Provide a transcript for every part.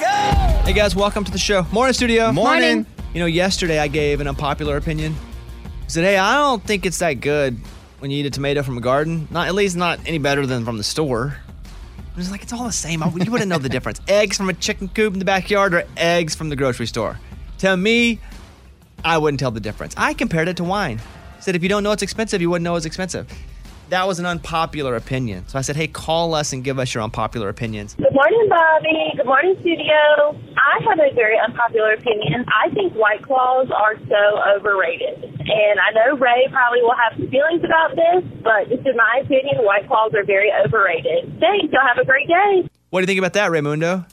Hey guys, welcome to the show. Morning, studio. Morning. Morning. You know, yesterday I gave an unpopular opinion. I said, hey, I don't think it's that good when you eat a tomato from a garden. Not at least not any better than from the store. I was like, it's all the same. I, you wouldn't know the difference. Eggs from a chicken coop in the backyard or eggs from the grocery store. To me, I wouldn't tell the difference. I compared it to wine. Said if you don't know it's expensive, you wouldn't know it's expensive. That was an unpopular opinion. So I said, hey, call us and give us your unpopular opinions. Good morning, Bobby. Good morning, studio. I have a very unpopular opinion. I think White Claws are so overrated. And I know Ray probably will have some feelings about this, but just in my opinion, White Claws are very overrated. Thanks. Y'all have a great day. What do you think about that, Raymundo?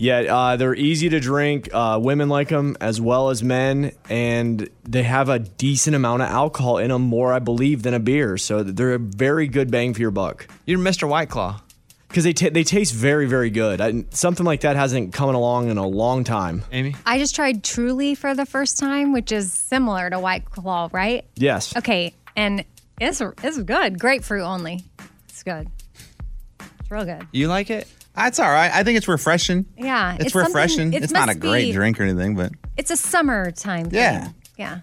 Yeah, uh, they're easy to drink. Uh, women like them as well as men, and they have a decent amount of alcohol in them, more I believe than a beer. So they're a very good bang for your buck You're Mr. White Claw. because they ta they taste very very good. I, something like that hasn't come along in a long time. Amy? I just tried Truly for the first time, which is similar to White Claw, right? Yes. Okay, and it's it's good. Grapefruit only. It's good. It's real good. You like it? That's all right. I think it's refreshing. Yeah, It's, it's something- refreshing. it It's not a must great be- drink or anything, but It's a summertime. thing. Yeah. Yeah.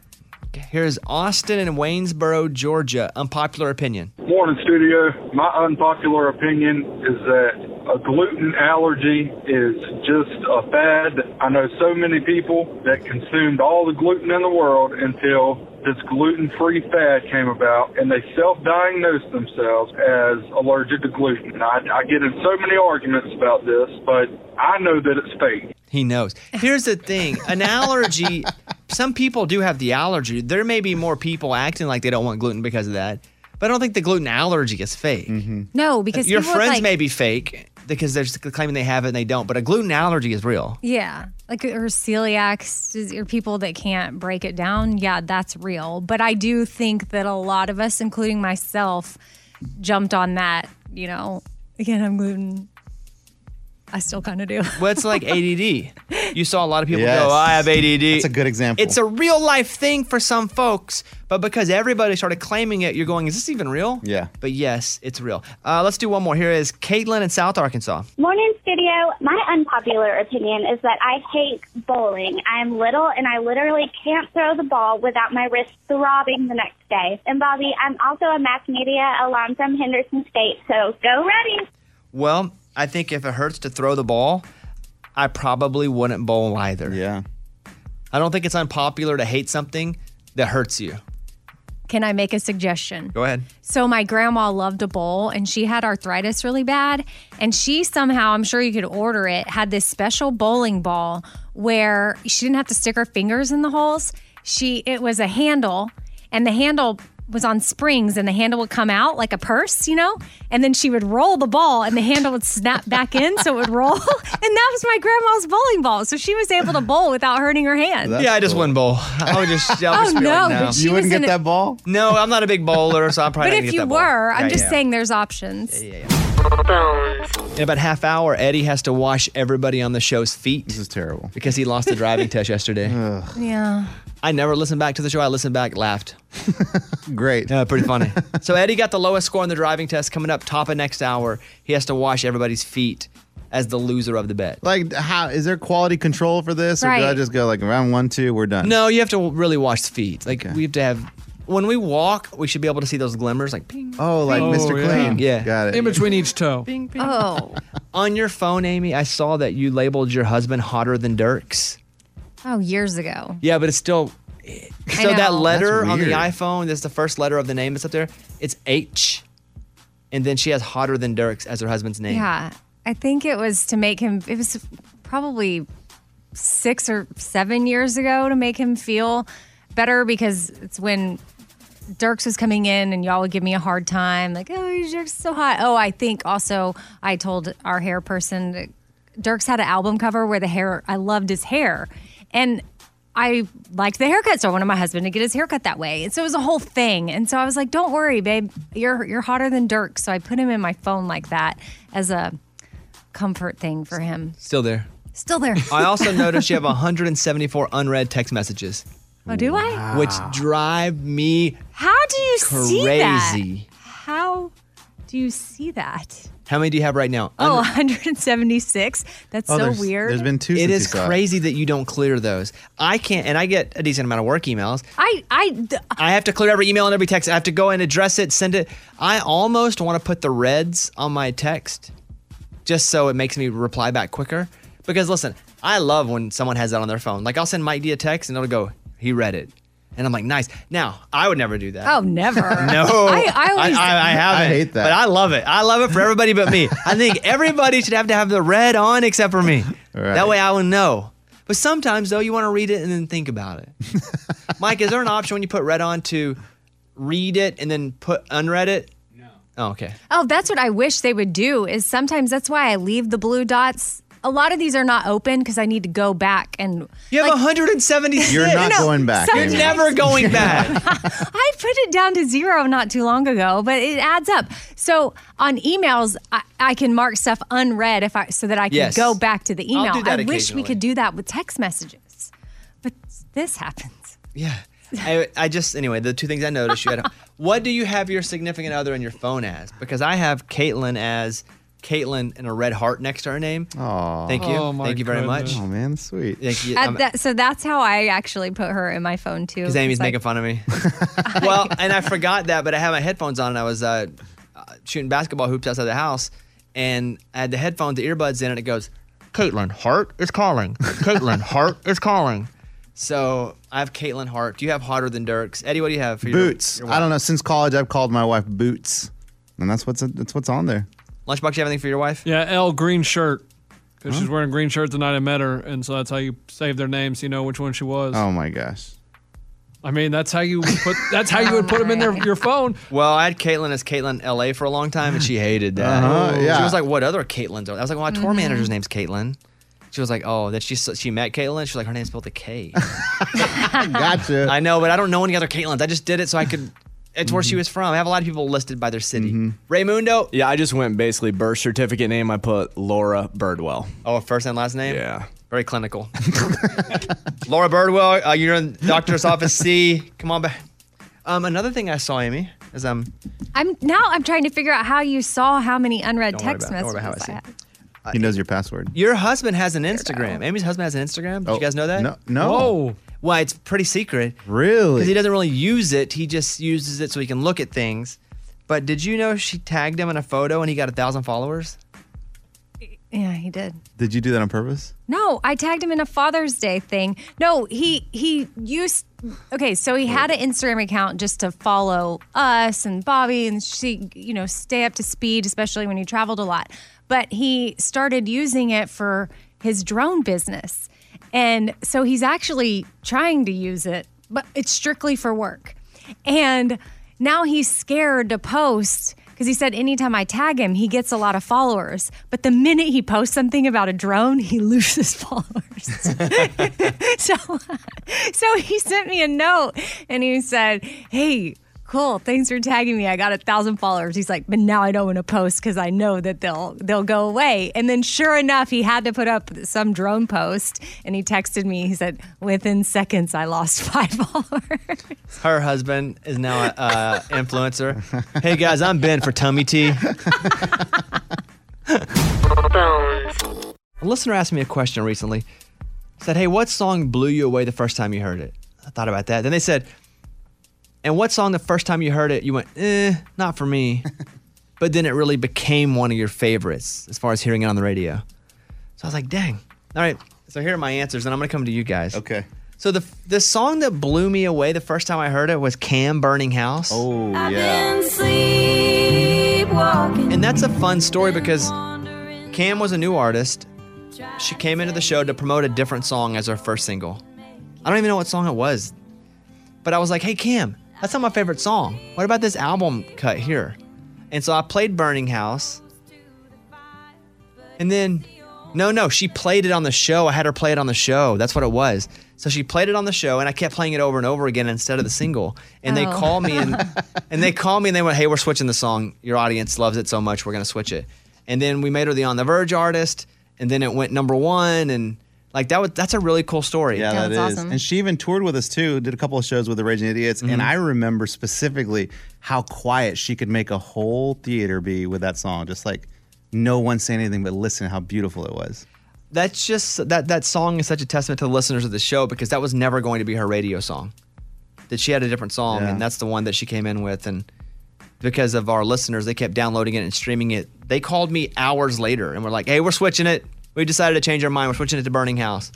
Here's Austin and Waynesboro, Georgia. Unpopular opinion. Morning, studio. My unpopular opinion is that a gluten allergy is just a fad. I know so many people that consumed all the gluten in the world until this gluten free fad came about and they self diagnosed themselves as allergic to gluten. And I, I get in so many arguments about this, but I know that it's fake. He knows. Here's the thing an allergy, some people do have the allergy. There may be more people acting like they don't want gluten because of that, but I don't think the gluten allergy is fake. No, because Your people friends like, may be fake because they're just claiming they have it and they don't, but a gluten allergy is real. Yeah, like or celiacs or people that can't break it down. Yeah, that's real. But I do think that a lot of us, including myself, jumped on that. You know, again, I'm gluten. I still kind of do. Well, it's like ADD. You saw a lot of people Yes. go, "Oh, I have ADD. That's a good example. It's a real life thing for some folks, but because everybody started claiming it, you're going, is this even real? Yeah. But yes, it's real. Uh, let's do one more. Here is Caitlin in South Arkansas. Morning studio. My unpopular opinion is that I hate bowling. I'm little and I literally can't throw the ball without my wrist throbbing the next day. And Bobby, I'm also a mass media alum from Henderson State, so go ready. Well, I think if it hurts to throw the ball, I probably wouldn't bowl either. yeah. I don't think it's unpopular to hate something that hurts you. Can I make a suggestion? Go ahead. So my grandma loved to bowl and she had arthritis really bad. And she somehow, I'm sure you could order it, had this special bowling ball where she didn't have to stick her fingers in the holes. She it was a handle and the handle was on springs and the handle would come out like a purse, you know? And then she would roll the ball and the handle would snap back in so it would roll. and that was my grandma's bowling ball. So she was able to bowl without hurting her hand. yeah, I just wouldn't bowl. I would just. I would just Oh, be no, Like, no. but She you was wouldn't in get a- that ball? No, I'm not a big bowler, so I'm probably. But not if gonna get you that ball. were, I'm Yeah, just yeah. saying there's options. In about half hour, Eddie has to wash everybody on the show's feet This is terrible. because he lost the driving test yesterday. Yeah. I never listened back to the show. I listened back, laughed. Great. Uh, pretty funny. so Eddie got the lowest score in the driving test. Coming up top of next hour, he has to wash everybody's feet as the loser of the bet. Like, how is there quality control for this, or do I Right. just go like round one, two, we're done? No, you have to really wash the feet. Like we have to have when we walk, we should be able to see those glimmers, like ping, Oh, like Mr. Clean. Yeah. Got it. In between each toe. ping, ping. Oh. On your phone, Amy, I saw that you labeled your husband hotter than Dirks. Oh, years ago. Yeah, but it's still. So know. that letter That's on the weird. iPhone, that's the first letter of the name that's up there. It's H, and then she has hotter than Dirks as her husband's name. Yeah. I think it was to make him, it was probably six or seven years ago to make him feel better because it's when Dirks was coming in and y'all would give me a hard time, like, oh, Dirks is so hot. Oh, I think also I told our hair person that Dirks had an album cover where the hair, I loved his hair. And I liked the haircut, so I wanted my husband to get his haircut that way. And so it was a whole thing. And so I was like, don't worry, babe, you're you're hotter than Dirk. So I put him in my phone like that as a comfort thing for him. Still there. Still there. I also noticed you have 174 unread text messages, Oh, do I? which drive me How do you see that? crazy. How do you see that? How many do you have right now? Oh, 176. That's Oh, so weird. It is crazy that you don't clear those. I can't, and I get a decent amount of work emails. I I d- I have to clear every email and every text. I have to go and address it, send it. I almost want to put the reds on my text just so it makes me reply back quicker. Because listen, I love when someone has that on their phone. Like I'll send Mike D a text and it'll go, he read it. And I'm like, nice. Now, I would never do that. Oh, never. No, I, I always. I, I haven't. But I love it. I love it for everybody but me. I think everybody should have to have the red on except for me. That way I will know. But sometimes though, you want to read it and then think about it. Mike, is there an option when you put red on to read it and then put unread it? No. Oh, okay. oh, that's what I wish they would do. Is sometimes that's why I leave the blue dots. A lot of these are not open because I need to go back and. You have 176. You're not No, going back. You're Amy. never going back. I put it down to zero not too long ago, but it adds up. So on emails, I, I can mark stuff unread if I so that I can Yes. go back to the I'll email. do that I wish we occasionally. could do that with text messages, but this happens. I, I just anyway the two things I noticed you had. what do you have your significant other in your phone as? Because I have Caitlin as Caitlin and a red heart next to her name. Aw. Thank you, thank you very much. Oh man, sweet. Thank you. At I'm- that- so that's how I actually put her in my phone too. Because Amy's It's like- making fun of me. well, and I forgot that, but I had my headphones on and I was uh, uh, shooting basketball hoops outside the house, and I had the headphones, the earbuds in, and it goes, Caitlin Hart is calling. Caitlin Hart is calling. So I have Caitlin Hart. Do you have hotter than Dirks? Eddie, what do you have for your Boots. I don't know. Since college, I've called my wife Boots, and that's what's that's what's on there. lunchbox? You have anything for your wife? Yeah, L green shirt. Because she's wearing a green shirt the night I met her, and so that's how you save their names. You know which one she was. Oh my gosh. I mean, that's how you put. That's how you would put them in their, your phone. Well, I had Caitlin as Caitlin LA for a long time, and she hated that. Uh-huh, yeah. She was like, "What other Caitlins?" Are? I was like, "Well, my tour Mhm. manager's name's Caitlin." She was like, "Oh, that she she met Caitlin." She's like, "Her name's spelled with a K." gotcha. I know, but I don't know any other Caitlins. I just did it so I could. It's where Mm-hmm. she was from. I have a lot of people listed by their city. Raymundo. Yeah, I just went basically birth certificate name. I put Laura Birdwell. Oh, first and last name. Yeah. Very clinical. Laura Birdwell, uh, you're in doctor's office C. Come on back. Um, another thing I saw, Amy, is um, I'm now I'm trying to figure out how you saw how many unread Don't worry text about it. Don't worry about messages I had. He knows your password. Your husband has an Instagram. Amy's husband has an Instagram. Did Oh, you guys know that? no- no. Whoa. Well, it's pretty secret. Really? Because he doesn't really use it. He just uses it so he can look at things. But did you know she tagged him in a photo and he got a thousand followers? Yeah, he did. Did you do that on purpose? No, I tagged him in a Father's Day thing. No, he he used okay, so he had an Instagram account just to follow us and Bobby and she, you know, stay up to speed, especially when he traveled a lot. But he started using it for his drone business. And so he's actually trying to use it, but it's strictly for work. And now he's scared to post because he said anytime I tag him, he gets a lot of followers. But the minute he posts something about a drone, he loses followers. so, so he sent me a note and he said, Hey, cool, thanks for tagging me. I got a thousand followers. He's like, but now I don't want to post because I know that they'll they'll go away. And then sure enough, he had to put up some drone post and he texted me. He said, Within seconds I lost five followers. Her husband is now an uh, influencer. hey guys, I'm Ben for Tummy Tea. A listener asked me a question recently. Said, "Hey, what song blew you away the first time you heard it?" I thought about that. Then they said, "And what song the first time you heard it, you went, eh, not for me," but then it really became one of your favorites as far as hearing it on the radio. So I was like, "Dang!" All right. So here are my answers, and I'm gonna come to you guys. Okay. So the the song that blew me away the first time I heard it was Cam Burning House. Oh yeah. And that's a fun story because Cam was a new artist. She came into the show to promote a different song as her first single. I don't even know what song it was. But I was like, hey, Cam, that's not my favorite song. What about this album cut here? And so I played Burning House. And then, no, no, she played it on the show. I had her play it on the show. That's what it was. So she played it on the show, and I kept playing it over and over again instead of the single. And they Oh. called me and and they called me and they went, "Hey, we're switching the song. Your audience loves it so much, we're gonna switch it." And then we made her the On the Verge artist, and then it went number one, and like that was that's a really cool story. Yeah, that is. And she even toured with us too, did a couple of shows with the Raging Idiots. And I remember specifically how quiet she could make a whole theater be with that song. Just like, No one say anything but listen how beautiful it was. That's just that that song is such a testament to the listeners of the show because that was never going to be her radio song. That she had a different song, Yeah. and that's the one that she came in with. And because of our listeners, they kept downloading it and streaming it. They called me hours later and were like, "Hey, we're switching it. We decided to change our mind. We're switching it to Burning House."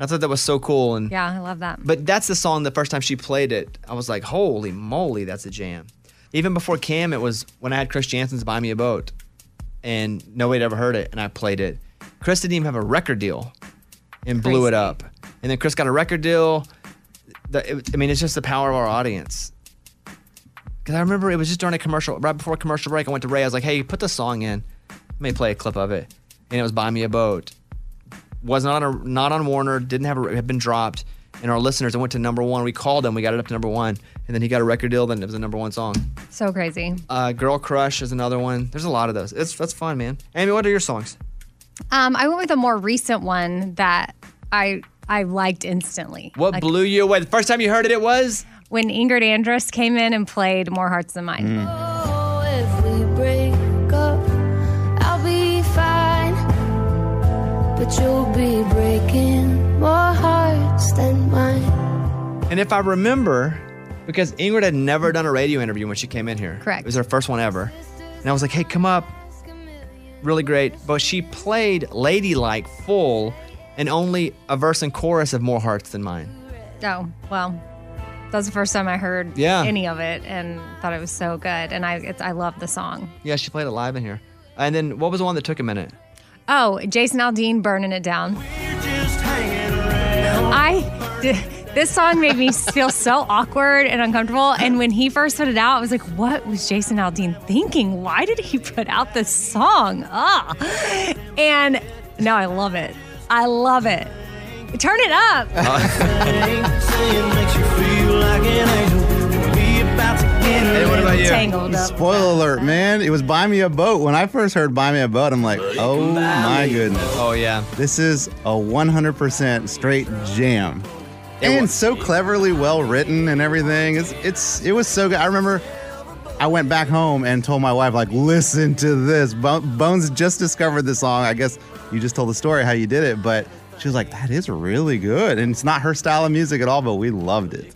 I thought that was so cool. And Yeah, I love that. But that's the song. The first time she played it, I was like, "Holy moly, that's a jam!" Even before Cam, it was when I had Chris Jansen's "Buy Me a Boat," and nobody had ever heard it, and I played it. Chris didn't even have a record deal, and blew it Crazy. up. And then Chris got a record deal. The, it- I mean, it's just the power of our audience. Because I remember it was just during a commercial, right before commercial break, I went to Ray. I was like, "Hey, put this song in. Let me play a clip of it." And it was "Buy Me a Boat." was not on a, not on Warner, didn't have a, had been dropped, and our listeners it went to number one. We called him, we got it up to number one, and then he got a record deal. Then it was a number one song. So crazy. Uh, Girl Crush is another one. There's a lot of those. It's that's fun, man. Amy, what are your songs? Um, I went with a more recent one that I I liked instantly. What Like, blew you away? The first time you heard it, it was when Ingrid Andress came in and played More Hearts Than Mine. Mm. If we break up, I'll be fine. But you'll be breaking more hearts than mine. and if I remember, because Ingrid had never done a radio interview when she came in here. Correct. It was her first one ever, and I was like, "Hey, come up." Really great, but she played ladylike full, and only a verse and chorus of more hearts than mine. Oh, well, that was the first time I heard Yeah. any of it and thought it was so good. And I it's, I love the song. Yeah, she played it live in here. And then what was the one that took a minute? Oh, Jason Aldean, Burning It Down. I did. This song made me feel so awkward and uncomfortable. And when he first put it out, I was like, what was Jason Aldean thinking? Why did he put out this song? Ah. And now I love it. I love it. Turn it up. what about you? Tangled up. Spoiler alert, man. It was Buy Me a Boat. When I first heard Buy Me a Boat, I'm like, oh my goodness. Oh yeah. This is a 100% straight jam. And so cleverly well written and everything. It's it's it was so good. I remember I went back home and told my wife like, "Listen to this. Bo- Bones just discovered this song. I guess you just told the story how you did it, but she was like, "That is really good." And it's not her style of music at all, but we loved it.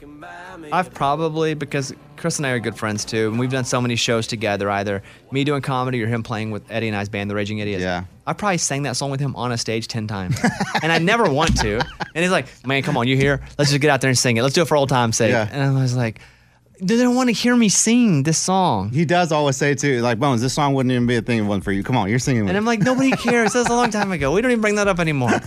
I've probably because Chris and I are good friends too, and we've done so many shows together, either me doing comedy or him playing with Eddie and I's band, The Raging Idiots. Yeah. I probably sang that song with him on a stage ten times. and I never want to. And he's like, Man, come on, you here? Let's just get out there and sing it. Let's do it for old time's sake. Yeah. And I was like, They don't want to hear me sing this song. He does always say too, like, "Bones, this song wouldn't even be a thing if it wasn't for you. Come on, you're singing." with And I'm me." like, nobody cares. That was a long time ago. We don't even bring that up anymore.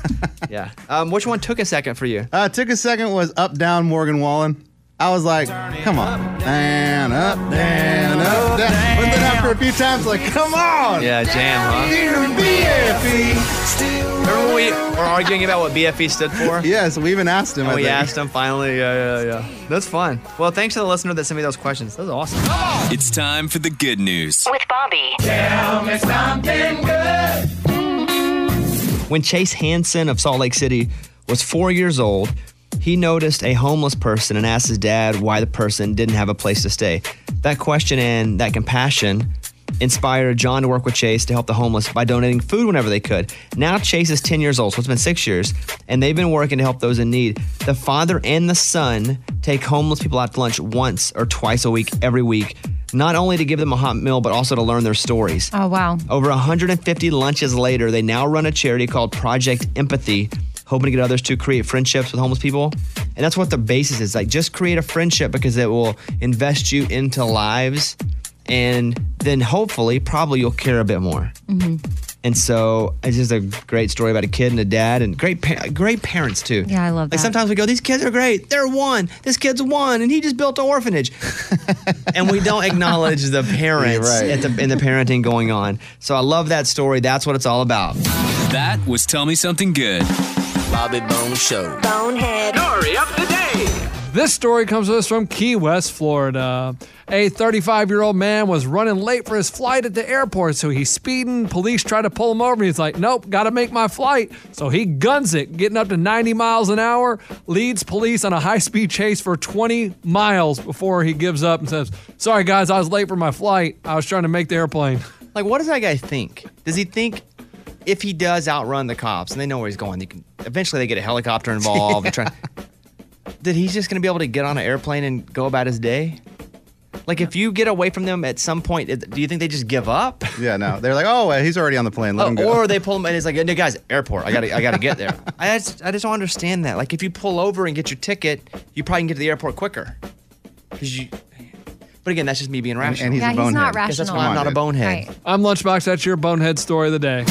yeah. Um, which one took a second for you? Uh, took a second was up down Morgan Wallen. I was like, come on, and up, down, up, down. But then after a few times, like, come on, Yeah, jam, huh? Dear BFE. Remember when we were arguing about what BFE stood for? Yes, we even asked him. I And Oh, we think. asked him finally. Yeah, yeah, yeah. That's fun. Well, thanks to the listener that sent me those questions. That was awesome. It's time for the good news. With Bobby. When Chase Hansen of Salt Lake City was four years old, he noticed a homeless person and asked his dad why the person didn't have a place to stay. That question and that compassion inspired John to work with Chase to help the homeless by donating food whenever they could. Now Chase is 10 years old, so it's been six years, and they've been working to help those in need. The father and the son take homeless people out to lunch once or twice a week, every week, not only to give them a hot meal, but also to learn their stories. Oh, wow. Over 150 lunches later, they now run a charity called Project Empathy, hoping to get others to create friendships with homeless people. And that's what the basis is like, just create a friendship because it will invest you into lives. And then hopefully, probably you'll care a bit more. Mm-hmm. And so it's just a great story about a kid and a dad and great, pa- great parents too. Yeah, I love Like that. sometimes we go, these kids are great. They're one. This kid's one, and he just built an orphanage and we don't acknowledge the parents You're right. at the, and the parenting going on. So I love that story. That's what it's all about. That was Tell Me Something Good. Bobby Bone Show. This story comes to us from Key West, Florida. A 35 year old man was running late for his flight at the airport, so he's speeding. Police try to pull him over, and he's like, Nope, gotta make my flight. So he guns it, getting up to 90 miles an hour, leads police on a high speed chase for 20 miles before he gives up and says, Sorry, guys, I was late for my flight. I was trying to make the airplane. Like, what does that guy think? Does he think if he does outrun the cops and they know where he's going, they can eventually they get a helicopter involved and try that he's just gonna be able to get on an airplane and go about his day? Like, if you get away from them at some point, it- do you think they just give up? Yeah, no. They're like, oh, well, he's already on the plane. Let him Oh, go. or they pull him and it's like, no, guys, airport. I gotta, I gotta get there. I just, I just don't understand that. Like, if you pull over and get your ticket, you probably can get to the airport quicker. Because you, but again, that's just me being rational. and he's a Yeah, he's not bonehead. 'Cause That's rational. why I'm Come not a on, bonehead. I'm Lunchbox. That's your bonehead story of the day.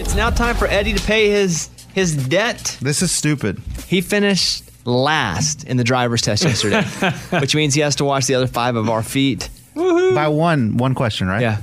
It's now time for Eddie to pay his his debt. This is stupid. He finished last in the driver's test yesterday, which means he has to watch the other five of our feet. By one, one question, right? Yeah.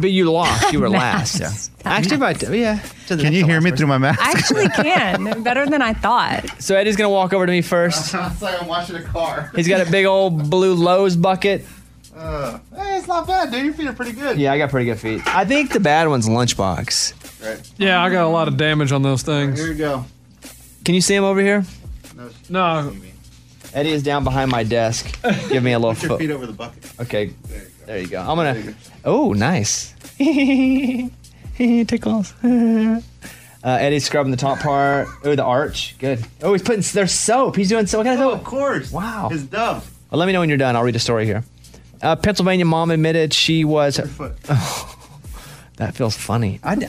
But you lost. You were last. Yeah. Actually, by yeah. Can you hear me through my mask? I actually can better than I thought. So Eddie's gonna walk over to me first. it's like I'm watching a car. He's got a big old blue Lowe's bucket. Uh, hey, it's not bad, dude. Your feet are pretty good. Yeah, I got pretty good feet. I think the bad one's lunchbox. Right. Yeah, I got a lot of damage on those things. Here we go. Can you see him over here? No. Eddie is down behind my desk. Give me a little Put your foot. feet over the bucket. Okay. There you go. I'm gonna. Oh, nice. Tickles. uh, Eddie's scrubbing the top part. Oh, the arch. Good. Oh, he's putting there's soap. He's doing soap. What kind Oh, of soap? Of course. Wow. His dove. Well, let me know when you're done. I'll read a story here. Uh, Pennsylvania mom admitted she was. that feels funny. I, d-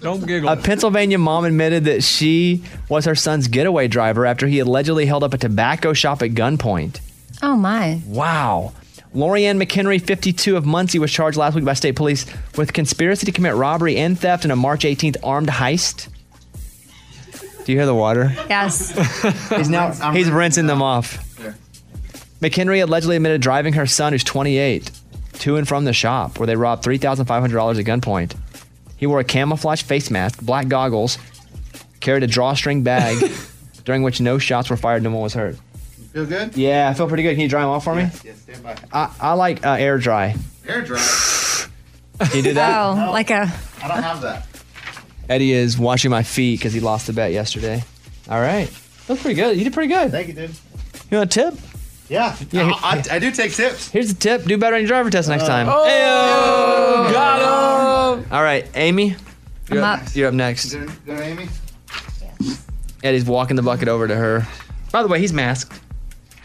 Don't giggle. A Pennsylvania mom admitted that she was her son's getaway driver after he allegedly held up a tobacco shop at gunpoint. Oh my. Wow. Lorianne McHenry, 52 of Muncie, was charged last week by state police with conspiracy to commit robbery and theft in a March 18th armed heist. Do you hear the water? Yes. He's now he's rinsing them off. Yeah. McHenry allegedly admitted driving her son, who's 28, to and from the shop where they robbed $3,500 at gunpoint. He wore a camouflage face mask, black goggles, carried a drawstring bag, during which no shots were fired, no one was hurt. Feel good? Yeah, I feel pretty good. Can you dry them off for me? Yeah, stand by. I, I like uh, air dry. Air dry. Can you do that? Oh, like a. I don't have that. Eddie is washing my feet because he lost the bet yesterday. All right. That's pretty good. You did pretty good. Thank you, dude. You want a tip? Yeah. Yeah, here- I, I, I do take tips. Here's a tip. Do better on your driver test next time. Oh, got him. All right, Amy. You're I'm up, up. you're up next. Is there Amy? Eddie's walking the bucket over to her. By the way, he's masked.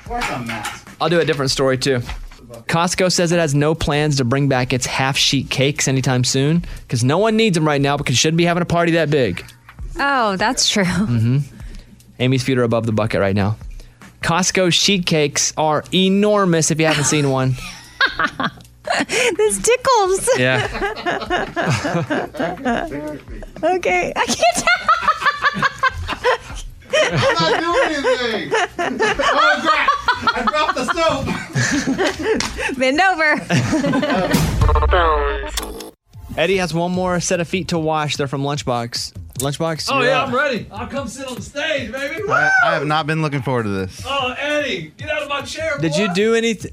Of course I'm masked. I'll do a different story too. Costco says it has no plans to bring back its half sheet cakes anytime soon because no one needs them right now because it shouldn't be having a party that big. Oh, that's true. Amy's feet are above the bucket right now. Costco sheet cakes are enormous if you haven't seen one. This tickles. Yeah. Okay. I can't tell. I'm not doing anything. oh, crap. I dropped the soap. Bend over. Eddie has one more set of feet to wash. They're from Lunchbox. Lunchbox? Oh you're yeah, up. I'm ready. I'll come sit on the stage, baby. I, I have not been looking forward to this. Oh, Eddie, get out of my chair. Did you boy. do anything?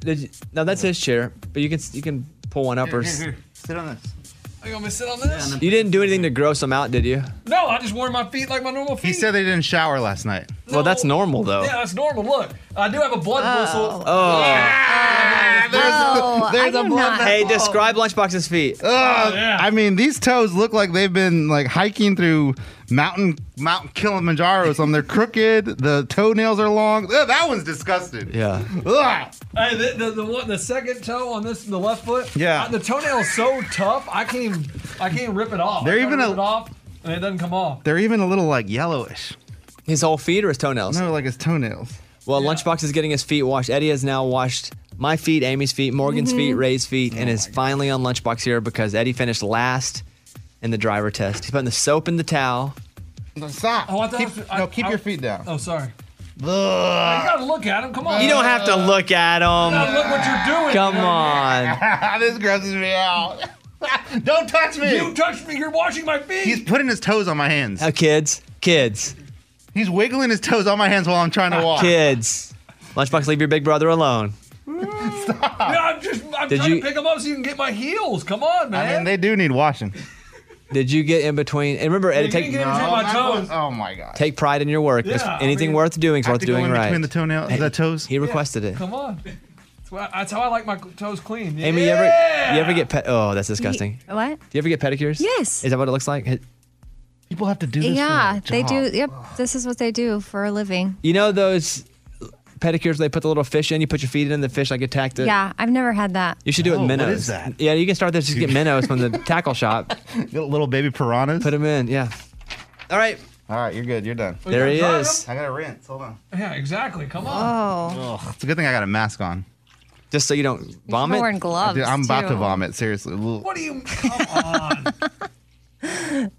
Did you, no, that's his chair, but you can you can pull one up or. s- Sit on this. Are you gonna sit on this? You didn't do anything to gross him out, did you? No, I just wore my feet like my normal feet. He said they didn't shower last night. Well, that's normal though. Yeah, that's normal. Look, I do have a blood Ah, whistle. Oh. Oh, I there's do blood not. vessel. Hey, describe Lunchbox's feet. Ugh, yeah. I mean, these toes look like they've been like hiking through mountain Mount Kilimanjaro or something. They're crooked. The toenails are long. Ugh, that one's disgusting. Yeah. Ugh. Hey, the, the, the one the second toe on this the left foot. Yeah. I- the toenail is so tough, I can't even I can't even rip it off. They're I try to even a- rip it off, and it doesn't come off. They're even a little like yellowish. His whole feet or his toenails? No, like his toenails. Well, Lunchbox is getting his feet washed. Eddie has now washed my feet, Amy's feet, Morgan's feet, Mm-hmm. Ray's feet, and Oh is finally on Lunchbox here because Eddie finished last in the driver test. He's putting the soap in the towel. Stop. Oh, I thought keep, it was- I- no, keep I- your feet down. Oh, sorry. You Ugh. gotta look at him. Come on. You don't have to look at Now him. look what you're doing. Come dude. on. this grosses me out. Don't touch me. You touched me. You're washing my feet. He's putting his toes on my hands. Uh, kids, kids, He's wiggling his toes on my hands while I'm trying to walk. kids. Lunchbox, leave your big brother alone. Yeah, I'm just I'm Did trying you- to pick him up so you can get my heels. Come on, man. I mean, they do need washing. Did you get in between? And remember, Eddie, you didn't take, get in between my toes. Oh my god. take pride in your work. Yeah, If I anything mean- worth doing is I have worth to go doing in right. between the toenails, the toes. he requested it. Come on. That's, what I, that's how I like my toes clean. Amy, you ever you ever get pet? Oh, that's disgusting. What? Do you ever get pedicures? Yes. Is that what it looks like? Hey, People have to do this. yeah, for a they do. job. Yep, this is what they do for a living. You know those pedicures where they put the little fish in? You put your feet in, the fish like attacked it. Yeah, I've never had that. You should do it No, in what minnows. is that? Yeah, you can start this. Just get minnows from the tackle shop. Little baby piranhas. Put them in. Yeah. All right. All right, you're good. You're done. We There gotta he dry is. I gotta rinse. Hold on. Yeah, exactly. Come Ah. on. Ugh, it's a good thing I got a mask on. Just so you don't vomit? wearing gloves, I'm about to too. vomit. Seriously. Ugh. What do you? Come on.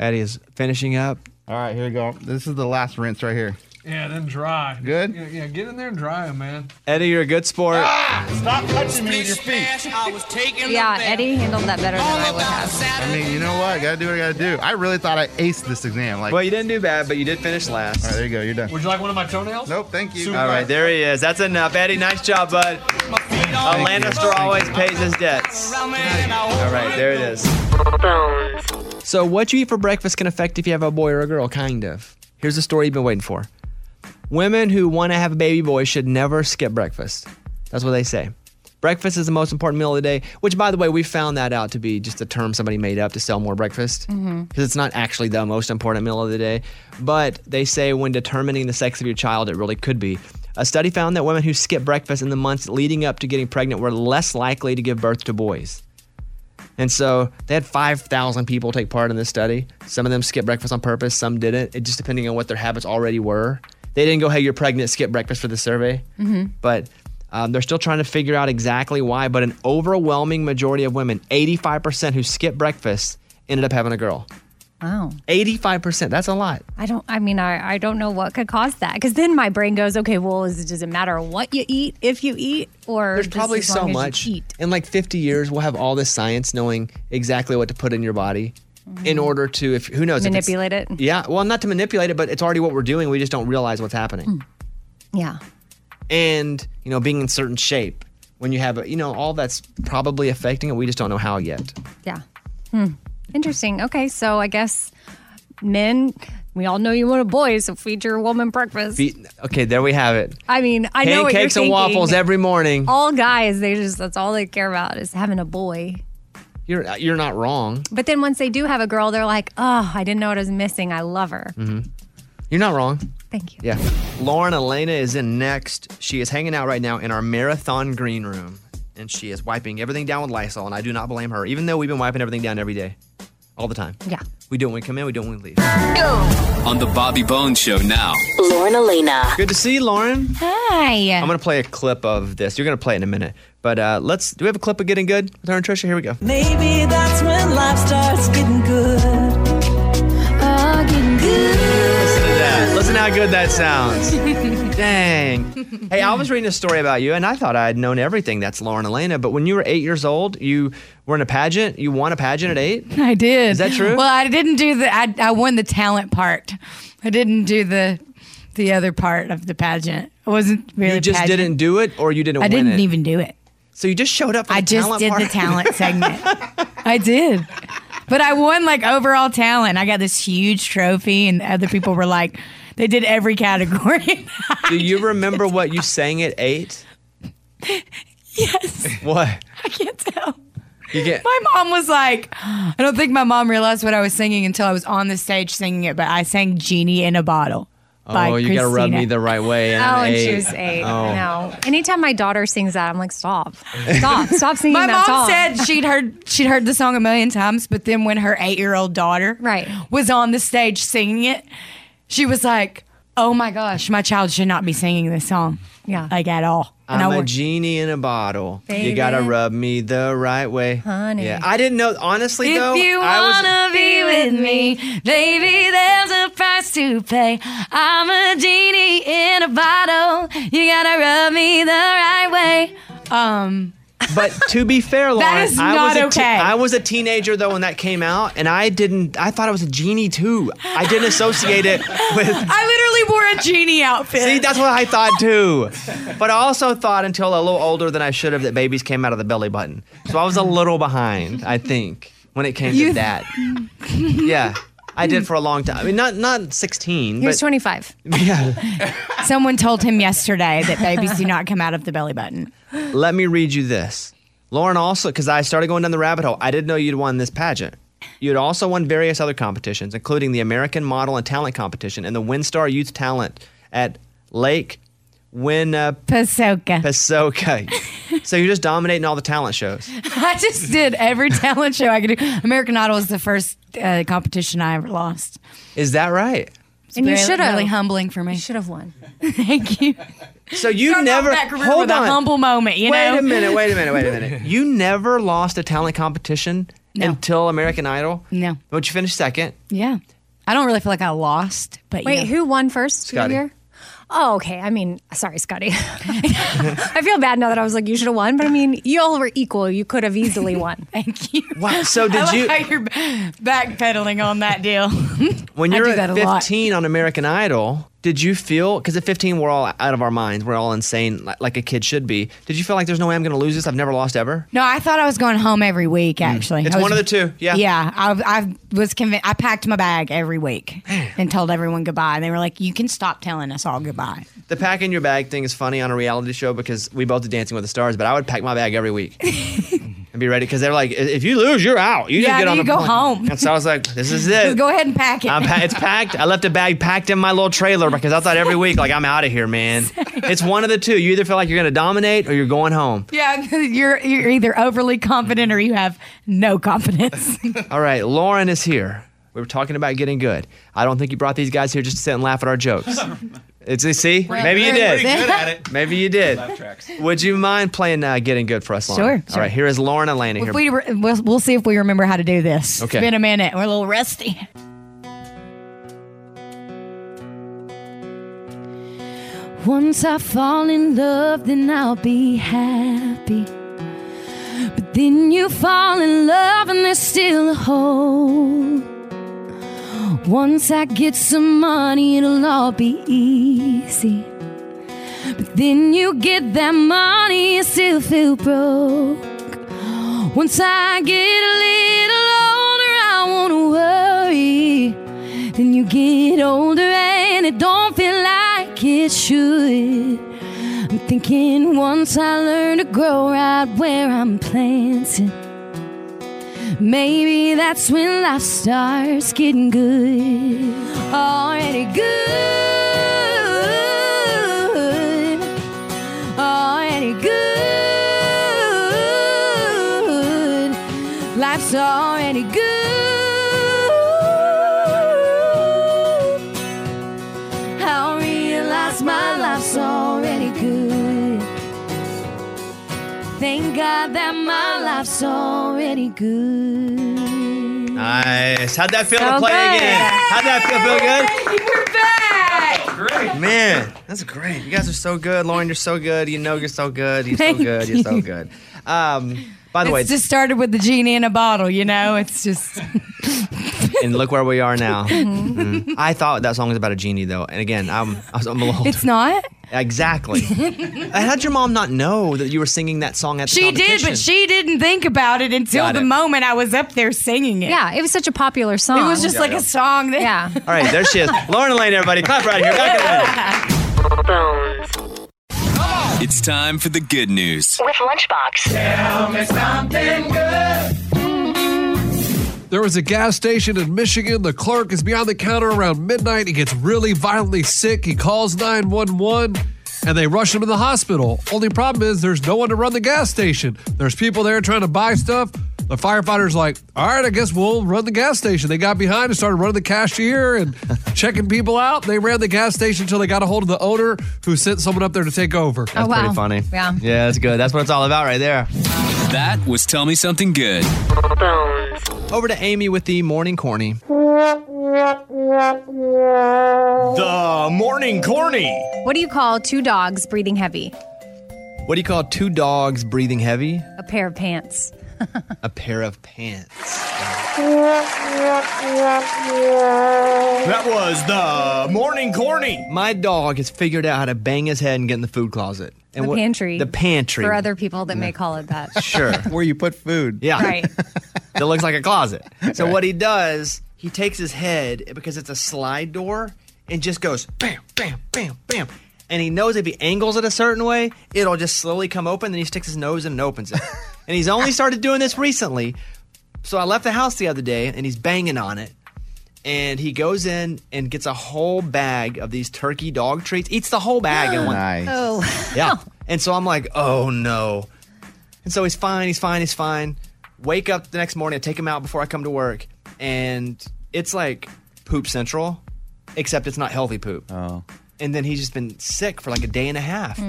Eddie is finishing up. All right, here we go. This is the last rinse right here. yeah, then dry. Good? Yeah, yeah, get in there and dry them, man. Eddie, you're a good sport. Stop touching me with your feet. I was taking Yeah, Eddie handled that better than I would have. I mean, you know what? I gotta do what I gotta do. I really thought I aced this exam. Like, Well, you didn't do bad, but you did finish last. all right, there you go. You're done. Would you like one of my toenails? Nope, thank you. All right, there he is. That's enough. Eddie, nice job, bud. A Thank you. Lannister always pays his debts. All right, there it is. So, what you eat for breakfast can affect if you have a boy or a girl, kind of. Here's the story you've been waiting for Women who want to have a baby boy should never skip breakfast. That's what they say. Breakfast is the most important meal of the day, which, by the way, we found that out to be just a term somebody made up to sell more breakfast Mhm. because it's not actually the most important meal of the day. But they say when determining the sex of your child, it really could be. A study found that women who skip breakfast in the months leading up to getting pregnant were less likely to give birth to boys. And so they had 5,000 people take part in this study. Some of them skipped breakfast on purpose, some didn't. It just depending on what their habits already were. They didn't go, hey, you're pregnant, skip breakfast for the survey Mm-hmm. but um, they're still trying to figure out exactly why. But an overwhelming majority of women, 85% who skip breakfast, ended up having a girl. Wow. 85%. That's a lot. I don't. I mean, I, I don't know what could cause that because then my brain goes, okay, well, is, does it matter what you eat if you eat or There's just probably as so long as you much. eat? In like 50 years, we'll have all this science knowing exactly what to put in your body in order to, if who knows, if it's- Mm-hmm. Manipulate it. Yeah. Well, not to manipulate it, but it's already what we're doing. We just don't realize what's happening. Hmm. Yeah. And, you know, being in certain shape when you have, a, you know, all that's probably affecting it. We just don't know how yet. Yeah. Hmm. Interesting. Okay, so I guess men, we all know you want a boy, so feed your woman breakfast. Be- okay, there we have it. I mean, I know what you're Pancakes and thinking. waffles every morning. All guys, they just that's all they care about is having a boy. You're you're not wrong. But then once they do have a girl, they're like, oh, I didn't know what I was missing. I love her. hmm You're not wrong. Thank you. Yeah. Lauren Elena is in next. She is hanging out right now in our marathon green room, and she is wiping everything down with Lysol. And I do not blame her, even though we've been wiping everything down every day, all the time. Yeah. We do it when we come in. We do it when we leave. On the Bobby Bones Show now. Lauren Elena. Good to see you, Lauren. Hi. I'm gonna play a clip of this. You're gonna play it in a minute, but uh, let's. Do we have a clip of getting good with her and Trisha? Here we go. Maybe that's when life starts getting good. Oh, getting Listen to that. Listen how good that sounds. Dang. Hey, I was reading a story about you, and I thought I had known everything. That's Lauren Elena. But when you were eight years old, you were in a pageant. You won a pageant at eight. I did. Is that true? Well, I didn't do the. I, I won the talent part. I didn't do the the other part of the pageant. I wasn't really. you just pageant. didn't do it, or you didn't. I win didn't it? even do it. So you just showed up. For I the just talent did part? the talent segment. I did. But I won like overall talent. I got this huge trophy, and other people were like, they did every category. do you remember what you sang at eight? yes. What? I can't tell. You get. My mom was like, I don't think my mom realized what I was singing until I was on the stage singing it, but I sang Genie in a Bottle. by Oh, you gotta rub Christina. me the right way. And Oh, I'm and eight. she was eight. Oh. No. Anytime my daughter sings that, I'm like, stop. Stop. Stop singing My that mom song. said she'd heard she'd heard the song a million times, but then when her eight year old daughter right. was on the stage singing it, she was like, "Oh my gosh, my child should not be singing this song, yeah, like at all." And I'm I a went, genie in a bottle. You Baby. gotta rub me the right way, Honey. Yeah, I didn't know. Honestly, if though, you I was. wanna be with me, baby, there's a price to pay. I'm a genie in a bottle. You gotta rub me the right way. Um, But to be fair, Lauren, That is I not was a te- okay. I was a teenager though when that came out, and I didn't. I thought I was a genie too. I didn't associate it with. I literally wore a genie outfit. See, that's what I thought too. But I also thought until a little older than I should have that babies came out of the belly button. So I was a little behind, I think, when it came to that. Yeah. I did for a long time. I mean, not not 16. He was but 25. Yeah. Someone told him yesterday that babies do not come out of the belly button. Let me read you this. Lauren also, because I started going down the rabbit hole, I didn't know you'd won this pageant. You'd also won various other competitions, including the American Model and Talent Competition and the WinStar Youth Talent at Lake Winnipesaukee. Pasoka. so you're just dominating all the talent shows. I just did every talent show I could do. American Idol was the first uh, competition I ever lost. Is that right? It's And you very- should've. Really humbling for me. You should have won. Thank you. So you Started off never that career hold with a on. humble moment, you wait know? a minute. Wait a minute. Wait a minute. You never lost a talent competition until American Idol. No. But you finished second. Yeah. I don't really feel like I lost, but Wait, who won first Scotty. year? Oh, okay. I mean, sorry, Scotty. I feel bad now that I was like, you should have won, but I mean, you all were equal. You could have easily won. Thank you. Wow. So I did like you? How you're backpedaling on that deal. When I you're do that at a lot. 15 on American Idol, did you feel because at 15 we're all out of our minds, we're all insane like, like a kid should be. Did you feel like there's no way I'm going to lose this? I've never lost ever. No, I thought I was going home every week. Actually, Mm. It's I was- one of the two. Yeah. Yeah, I, I was convinced. I packed my bag every week and told everyone goodbye. And they were like, "You can stop telling us all goodbye." The pack in your bag thing is funny on a reality show because we both did Dancing with the Stars, but I would pack my bag every week and be ready because they're like, if you lose, you're out. You Yeah, just get you on the go plane." home. And so I was like, this is Just it. go ahead and pack it. Uh, I'm pa- it's packed. I left a bag packed in my little trailer because I thought every week, like, I'm out of here, man. It's one of the two. You either feel like you're going to dominate or you're going home. yeah, you're you're either overly confident or you have no confidence. All right, Lauren is here. We were talking about getting good. I don't think you brought these guys here just to sit and laugh at our jokes. It's a see. Well, Maybe you they're did. pretty good at it. Maybe you did. Laugh Would you mind playing uh, getting good for us, Lauren? Sure, All sure. right. Here is Lauren Atlanta if here. we were, we'll, we'll see if we remember how to do this. Okay. It's been a minute. We're a little rusty. Once I fall in love, then I'll be happy. But then you fall in love, and there's still a hole. Once I get some money, it'll all be easy. But then you get that money, you still feel broke. Once I get a little older, I won't worry. Then you get older and it don't feel like it should. I'm thinking once I learn to grow right where I'm planted, maybe that's when life starts getting good. Already good. Already good. Life's already good. I realize my life's already good. Thank God that my life's already good. nice. How'd that feel to So play good. again? How'd that feel? Feel You're back. good? Man, that's great. You guys are so good. Lauren, you're so good. You know you're so good. You're Thank so good. You're so you. good. Um, by the way, it's just started with the genie in a bottle. You know, it's just. and look where we are now. Mhm. Mhm. I thought that song was about a genie, though. And again, I'm, I'm a little It's not. Exactly. And How'd your mom not know that you were singing that song at the She did, competition? but she didn't think about it until Got the it. moment I was up there singing it. Yeah, it was such a popular song. It was just Yeah, like yeah. a song that. Yeah. All right, there she is. Lauren Lane, everybody. Clap right here. Back in a minute. It's time for the good news. With Lunchbox. Tell me something good. There was a gas station in Michigan. The clerk is behind the counter around midnight. He gets really violently sick. He calls 911 and they rush him to the hospital. Only problem is there's no one to run the gas station. There's people there trying to buy stuff. The firefighter's like, all right, I guess we'll run the gas station. They got behind and started running the cashier and checking people out. They ran the gas station until they got a hold of the owner who sent someone up there to take over. That's Oh, pretty funny. Yeah, that's good. That's what it's all about right there. That was Tell Me Something Good. Over to Amy with the morning corny. The morning corny. What do you call two dogs breathing heavy? What do you call two dogs breathing heavy? A pair of pants. A pair of pants. That was the morning corny. My dog has figured out how to bang his head and get in the food closet. And the what- pantry. The pantry. For other people that may call it that. Sure. Where you put food. Yeah. Right. That looks like a closet. So what he does he takes his head because it's a slide door and just goes bam, bam, bam, bam. And he knows if he angles it a certain way, it'll just slowly come open. Then he sticks his nose in and opens it. and he's only started doing this recently. So I left the house the other day and he's banging on it. And he goes in and gets a whole bag of these turkey dog treats, eats the whole bag in one. Oh. Yeah. And so I'm like, oh no. And so he's fine, he's fine, he's fine. Wake up the next morning, I take him out before I come to work, and it's like poop central, except it's not healthy poop. Oh. And then he's just been sick for like a day and a half.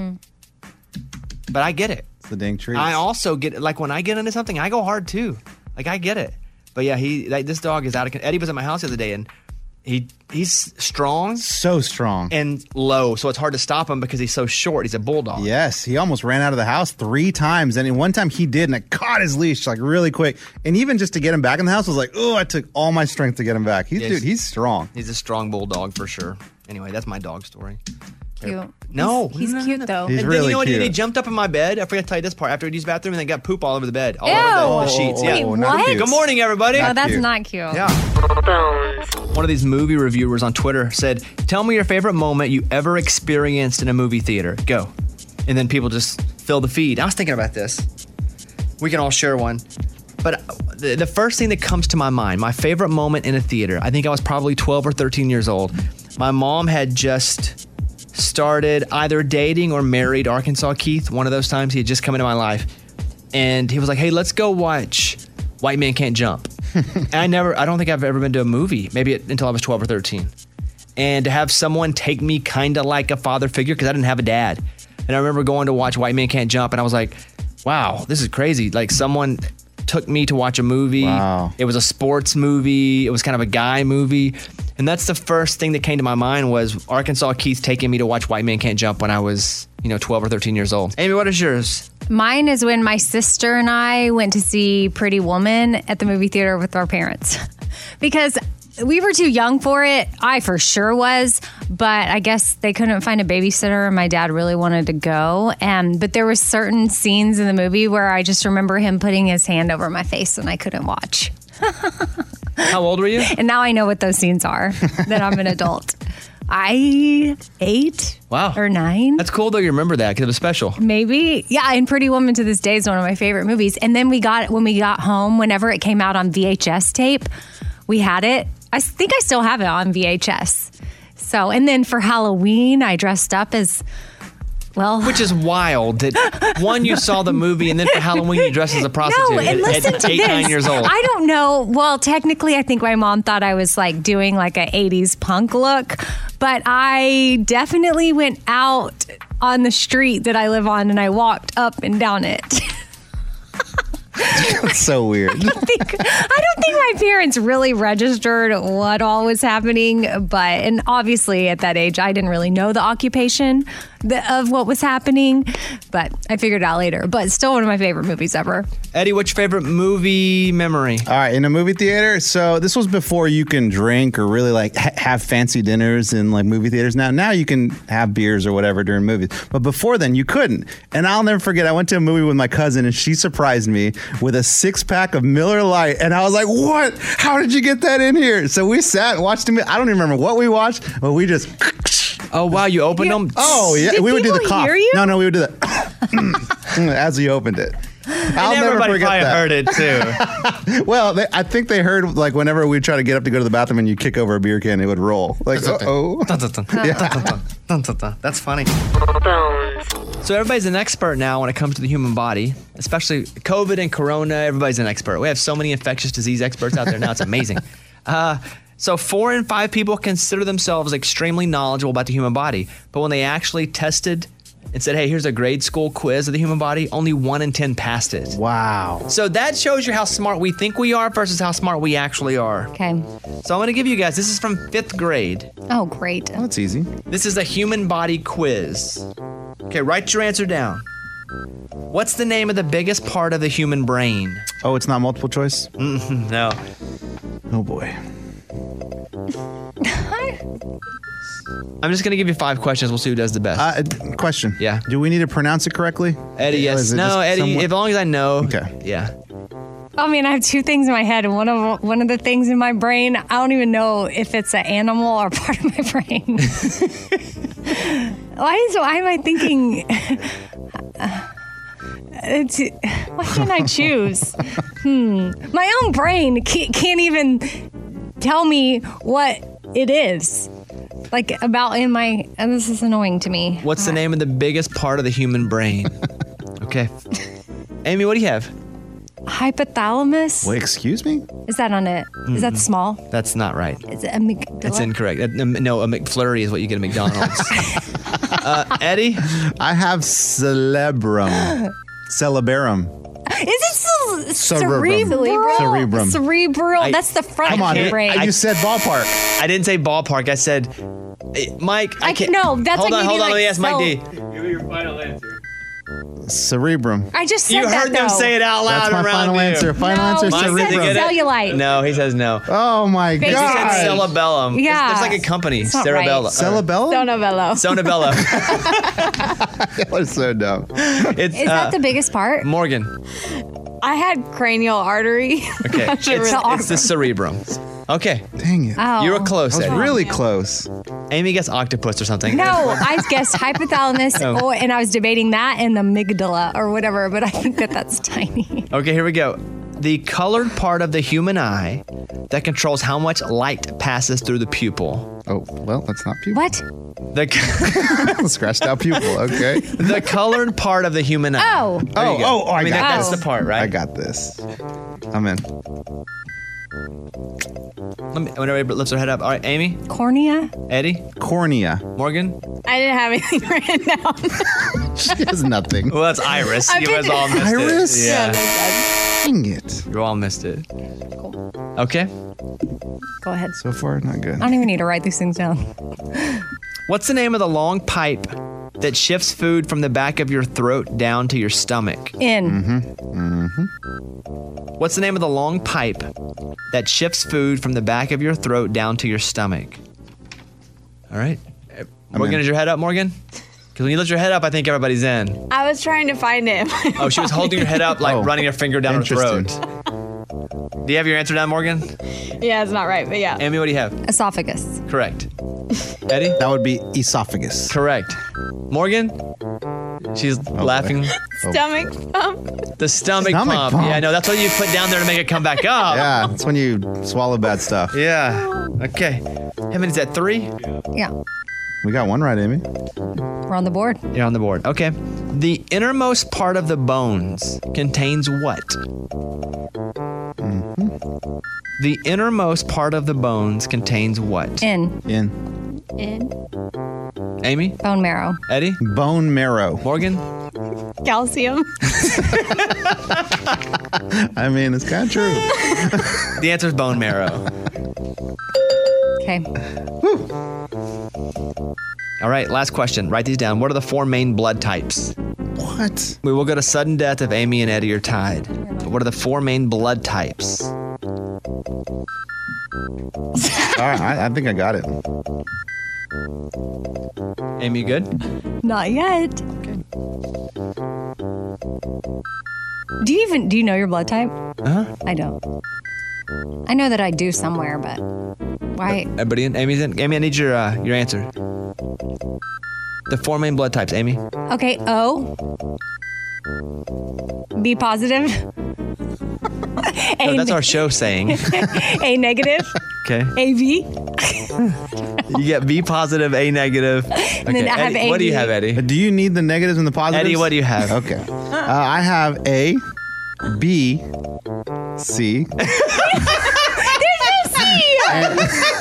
But I get it. It's the dang tree. I also get like when I get into something, I go hard too. Like I get it. But yeah, he like this dog is out of. con- Eddie was at my house the other day, and he he's strong So strong. and low, so it's hard to stop him because he's so short. He's a bulldog. Yes, he almost ran out of the house three times, and one time he did, and it caught his leash like really quick. And even just to get him back in the house was like, oh, I took all my strength to get him back. He's Yes. dude, he's strong. He's a strong bulldog for sure. Anyway, that's my dog story. Cute. No. He's, he's cute though. Oh, and then you know what? he did? He jumped up in my bed. I forgot to tell you this part. After he used the bathroom, and then got poop all over the bed, all over the, the Ew. sheets. Wait, yeah. what? Good morning, everybody. No, that's not cute. Yeah. One of these movie reviewers on Twitter said, "Tell me your favorite moment you ever experienced in a movie theater." Go, and then people just fill the feed. I was thinking about this. We can all share one, but uh, the, the first thing that comes to my mind, my favorite moment in a theater. I think I was probably 12 or 13 years old. My mom had just started either dating or married Arkansas Keith. One of those times he had just come into my life, and he was like, "Hey, let's go watch White Man Can't Jump." and I never, I don't think I've ever been to a movie, maybe it- until I was 12 or 13. And to have someone take me kind of like a father figure, because I didn't have a dad. And I remember going to watch White Man Can't Jump, and I was like, wow, this is crazy. Like, someone took me to watch a movie. Wow. It was a sports movie, it was kind of a guy movie. And that's the first thing that came to my mind was Arkansas Keith taking me to watch White Man Can't Jump when I was, you know, 12 or 13 years old. Amy, what is yours? Mine is when my sister and I went to see Pretty Woman at the movie theater with our parents because we were too young for it. I for sure was, but I guess they couldn't find a babysitter and my dad really wanted to go. Um, but there were certain scenes in the movie where I just remember him putting his hand over my face and I couldn't watch. How old were you? And now I know what those scenes are that I'm an adult. I eight Wow. or nine. That's cool, though, you remember that because it was special. Maybe. Yeah, and Pretty Woman to this day is one of my favorite movies. And then we got when we got home, whenever it came out on VHS tape, we had it. I s- think I still have it on VHS. So, and then for Halloween, I dressed up as well. Which is wild that one you saw the movie and then for Halloween you dressed as a prostitute No, and at- listen at to eight this. nine years old. I don't know. Well, technically, I think my mom thought I was like doing like a '80s punk look, but I definitely went out on the street that I live on and I walked up and down it. That's so weird. think- I don't think my parents really registered what all was happening, but and obviously at that age I didn't really know the occupation th- of what was happening, but I figured it out later. But still one of my favorite movies ever. Eddie, what's your favorite movie memory? All right, in a movie theater. So this was before you can drink or really like ha- have fancy dinners in like movie theaters. Now, now you can have beers or whatever during movies, but before then you couldn't. And I'll never forget. I went to a movie with my cousin, and she surprised me with a six pack of Miller Lite, and I was like, "What? How did you get that in here?" So we sat and watched him. I don't even remember what we watched, but we just. Oh wow! You opened them. Oh yeah, Did we would do the people cough. hear you? No, no, we would do the as we opened it. I'll never everybody forget probably that. heard it too. Well, they, I think they heard like whenever we try to get up to go to the bathroom and you kick over a beer can, it would roll. Like, oh, that's funny. So everybody's an expert now when it comes to the human body, especially COVID and Corona. Everybody's an expert. We have so many infectious disease experts out there now; it's amazing. Uh, so four in five people consider themselves extremely knowledgeable about the human body, but when they actually tested and said, "Hey, here's a grade school quiz of the human body," only one in ten passed it. Wow! So that shows you how smart we think we are versus how smart we actually are. Okay. So I'm going to give you guys. This is from fifth grade. Oh, great. that's easy. This is a human body quiz. Okay, write your answer down. What's the name of the biggest part of the human brain? Oh, it's not multiple choice? no. Mm-hmm. Oh boy. I'm just going to give you five questions. We'll see who does the best. Uh, question. Yeah. Do we need to pronounce it correctly? Eddie, Or yes. is it No, just Eddie, someone- as long as I know. Okay. Yeah. I mean, I have two things in my head. One of one of the things in my brain, I don't even know if it's an animal or part of my brain. why is why am I thinking? It's, why can't I choose? hmm, my own brain can't, can't even tell me what it is. Like about in my, and this is annoying to me. What's the name of the biggest part of the human brain? okay. Amy, what do you have? Hypothalamus. excuse me? Is that on it? Is that Mm-hmm. Mm-mm. small? That's not right. Is it a amygdala? It's incorrect. Uh, n- no, a McFlurry is what you get at McDonald's. uh, Eddie? I have celebrum. Celebrum. Is it cel- Cerebrum. cerebral? Cerebrum. Cerebral. I- That's the front Come of on, your it- brain. I- you said ballpark. I didn't say ballpark. I said, eh, Mike. I, can't. no, that's hold like on. Hold on. maybe like Let me ask Mike D. so- Give me your final answer. Cerebrum. I just said you that, heard them though. say it out loud That's my around final you. answer. Final No, answer is Mike, did cerebrum. you get it? Cellulite. No, he says no. Oh my He said god. cerebellum. It's- Yeah. There's like a company, It's not right. Cerebellum. Uh, Cerebellum? Cerebellum. Cerebellum. that was so dumb. It's, uh, Is that the biggest part? Morgan. I had cranial artery. Okay. Not it's, sure it's really. the cerebrum. Okay. Dang it. Oh. You were close. I was Eddie. really close. Amy gets octopus or something. No, I guessed hypothalamus, Oh. or, and I was debating that and the amygdala or whatever, but I think that that's tiny. Okay, here we go. The colored part of the human eye that controls how much light passes through the pupil. Oh, well, that's not pupil. What? The scratched out pupil. Okay. The colored part of the human eye. Oh. There you Oh, go. oh, oh, I mean, got that- that's this. the part, right? I got this. I'm in. Let me, when everybody lifts their head up. All right, Amy, Cornea? Eddie, cornea, Morgan. I didn't have anything written down. she has nothing. Well, that's iris. I've you been- guys all missed Iris? it. Yeah, Dang it. You all missed it. Okay. Go ahead. So far, not I good. don't even need to write these things down. What's the name of the long pipe that shifts food from the back of your throat down to your stomach? In. Mm-hmm. What's the name of the long pipe that shifts food from the back of your throat down to your stomach? All right. Uh, Morgan, is your head up, Morgan? Because when you lift your head up, I think everybody's in. I was trying to find him. Oh, she was holding her head up, like running her finger down her Interesting. throat. Do you have your answer down, Morgan? Yeah, it's not right, but yeah. Amy, what do you have? Esophagus. Correct. Eddie? That would be esophagus. Correct. Morgan? She's laughing. Stomach pump. The Oh. stomach, Stomach pump. pump. Yeah, I know. That's what you put down there to make it come back up. Yeah, that's when you swallow bad stuff. Yeah. Okay. How many is that? Three? Yeah. We got one right, Amy. We're on the board. You're on the board. Okay. The innermost part of the bones contains what? The innermost part of the bones contains what? In. In. In. Amy? Bone marrow. Eddie? Bone marrow. Morgan? Calcium. I mean, it's kind of true. the answer is bone marrow. Okay. All right, last question. Write these down. What are the four main blood types? What? We will go to sudden death if Amy and Eddie are tied. But What are the four main blood types? All right, I, I think I got it. Amy, you good? Not yet. Do you even do you know your blood type? Huh? I don't. I know that I do somewhere, but why? Everybody in? Amy's in? Amy, I need your uh, your answer. The four main blood types, Amy. Okay, O. B positive. A, No, that's ne- our show saying. A negative. Okay. A V. You get B positive, A negative. Okay. then I have Eddie, what do you AB. have, Eddie? Do you need the negatives and the positives? Eddie, what do you have? Okay. Uh, I have A, B, C, There's no C.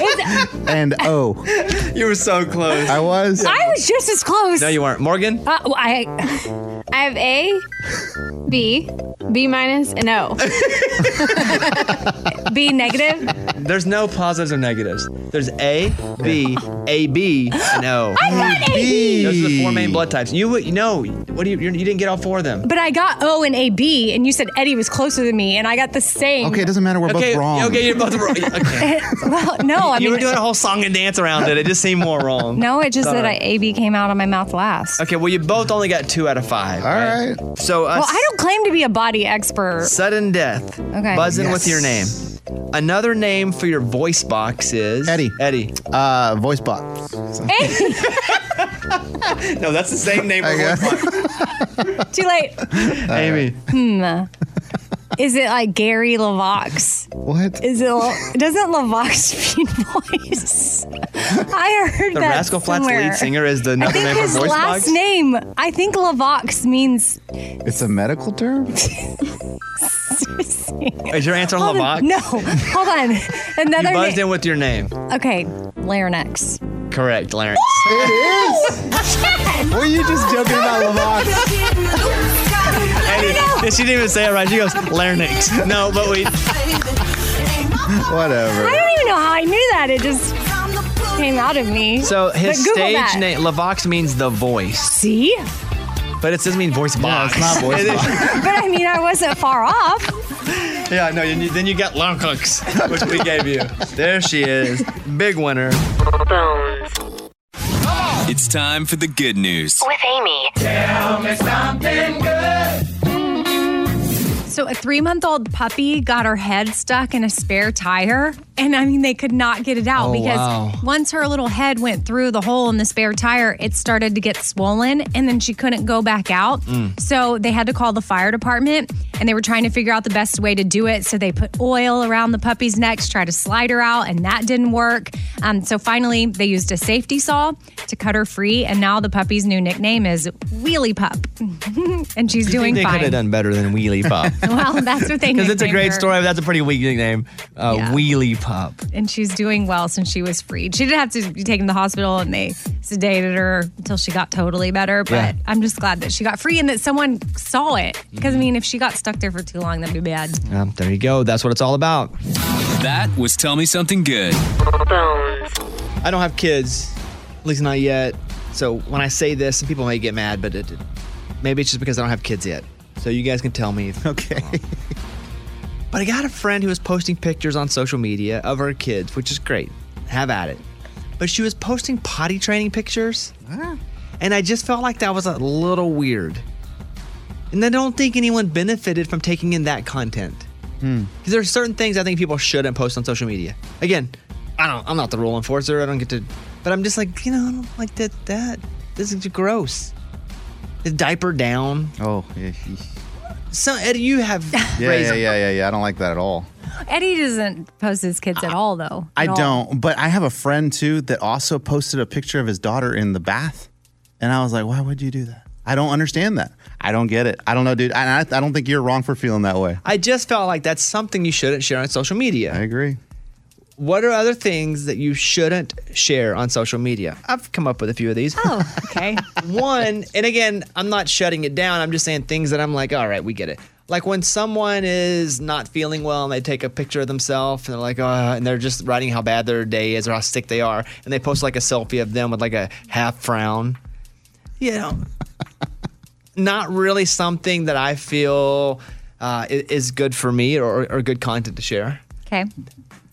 It's- and O. You were so close. I was. I was just as close. No, you weren't. Morgan? Uh, well, I I have A, B, B minus, and O. B negative? There's no positives or negatives. There's A, B, A, B, and O. I got A, B. Those are the four main blood types. You would you know what do you you didn't get all four of them. But I got O and A B, and you said Eddie was closer than me, and I got the same. Okay, it doesn't matter. We're both Okay, wrong. okay, you're both wrong. Okay. well, no, I you mean, were doing a whole song and dance around it. It just seemed more wrong. no, it just Sorry. that I, A B came out of my mouth last. Okay, well you both only got two out of five. All right. So uh, well, I don't claim to be a body expert. sudden death. Okay. Buzzing with Yes. your name. Another name for your voice box is Eddie. Eddie. Uh, voice box. no, that's the same name. for voice box. Too late. Amy. Hmm. Is it like Gary LaVox? What? Is it? Doesn't LaVox mean voice? I heard The that Rascal Flats somewhere. lead singer is the I another think name for his voice last box. name. I think LaVox means. It's a medical term? Is your answer on Hold Lavox? on. No, hold on. You Another buzzed name. in with your name. Okay, Larynx. Correct, Larynx. It Were you just joking about Eddie, and she didn't even say it right. She goes, larynx. No, but we. Whatever. I don't even know how I knew that. It just came out of me. So his but Google stage that. name, Lavox means the voice. See? But it doesn't mean voice box. it's not voice but I mean, I wasn't far off. yeah, no, you, then you got long hooks, which we gave you. There she is. Big winner. It's time for the good news. With Amy. Tell me something good. So a three-month-old puppy got her head stuck in a spare tire, and I mean, they could not get it out Oh, because wow. once her little head went through the hole in the spare tire, it started to get swollen, and then she couldn't go back out. Mm. So they had to call the fire department, and they were trying to figure out the best way to do it. So they put oil around the puppy's neck, to try to slide her out, and that didn't work. Um, so finally, they used a safety saw to cut her free, and now the puppy's new nickname is Wheelie Pup, and she's doing they could fine. have done better than Wheelie Pup. Well, that's what they Because it's a nicknamed great her. story, but that's a pretty weak nickname. Uh, Wheelie Pup. And she's doing well since she was freed. She did have to be taken to the hospital and they sedated her until she got totally better. But Yeah. I'm just glad that she got free and that someone saw it. Because, Mm-hmm. I mean, if she got stuck there for too long, that'd be bad. Um, there you go. That's what it's all about. That was Tell Me Something Good. I don't have kids, at least not yet. So when I say this, some people may get mad, but it, maybe it's just because I don't have kids yet. So you guys can tell me. Okay. but I got a friend who was posting pictures on social media of her kids, which is great. Have at it. But she was posting potty training pictures, and I just felt like that was a little weird. And I don't think anyone benefited from taking in that content. Because there are certain things I think people shouldn't post on social media. Again, I don't. I'm not the rule enforcer. I don't get to. But I'm just like you know. I don't like that. That this is gross. The diaper down. Oh, yeah. So Eddie, you have Yeah, raised- yeah, yeah, yeah, yeah. I don't like that at all. Eddie doesn't post his kids at all, though. I At all. don't, but I have a friend too that also posted a picture of his daughter in the bath. And I was like, why would you do that? I don't understand that. I don't get it. I don't know, dude. And I, I don't think you're wrong for feeling that way. I just felt like that's something you shouldn't share on social media. I agree. What are other things that you shouldn't share on social media? I've come up with a few of these. Oh, okay. One, and again, I'm not shutting it down. I'm just saying things that I'm like, all right, we get it. Like when someone is not feeling well and they take a picture of themselves and they're like, uh, and they're just writing how bad their day is or how sick they are, and they post like a selfie of them with like a half frown. You know, not really something that I feel uh, i- is good for me or, or good content to share. Okay.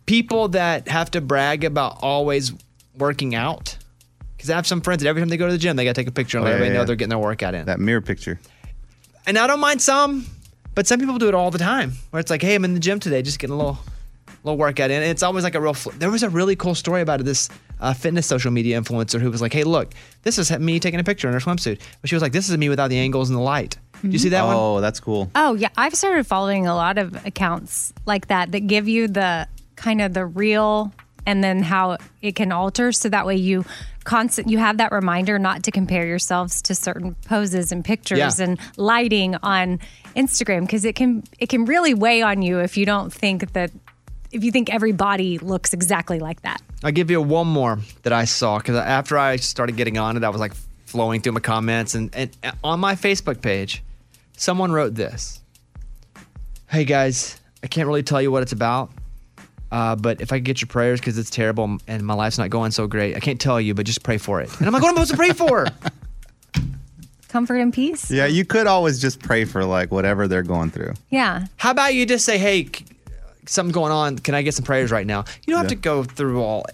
People that have to brag about always working out, because I have some friends that every time they go to the gym, they got to take a picture and Oh, let yeah, everybody yeah, know yeah. they're getting their workout in. That mirror picture. And I don't mind some, but some people do it all the time where it's like, hey, I'm in the gym today, just getting a little little workout in. And it's always like a real, fl- there was a really cool story about this uh, fitness social media influencer who was like, hey, look, this is me taking a picture in her swimsuit. But she was like, this is me without the angles and the light. Do you see that one? Oh, that's cool. Oh, yeah. I've started following a lot of accounts like that that give you the kind of the real and then how it can alter so that way you constant you have that reminder not to compare yourselves to certain poses and pictures Yeah. and lighting on Instagram because it can it can really weigh on you if you don't think that if you think everybody looks exactly like that. I'll give you one more that I saw because after I started getting on it, I was like flowing through my comments and, and and on my Facebook page, someone wrote this. Hey guys, I can't really tell you what it's about, Uh, but if I could get your prayers because it's terrible and my life's not going so great, I can't tell you, but just pray for it. And I'm like, what am I supposed to pray for? Comfort and peace. Yeah, you could always just pray for like whatever they're going through. Yeah. How about you just say, hey, c- something going on. Can I get some prayers right now? You don't have to go through all.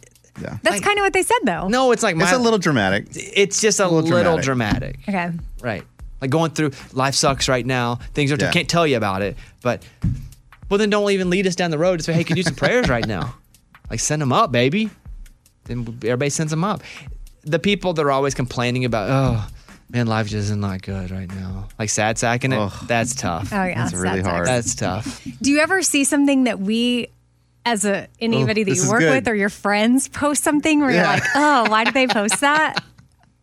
Yeah. That's kind of what they said, though. No, it's like my, it's a little dramatic. It's just a, little, dramatic. Okay. Right. Like going through life sucks right now. Things are Yeah. can't tell you about it. But well then don't even lead us down the road and say, hey, can you do some prayers right now? Like send them up, baby. Then everybody sends them up. The people that are always complaining about, oh man, life just is not good right now. Like sad sacking it. That's tough. Oh, yeah, That's really sad sack. hard. That's tough. Do you ever see something that we, as a anybody Oh, that this you is work good. with or your friends, post something where you're Yeah. like, oh, why did they post that?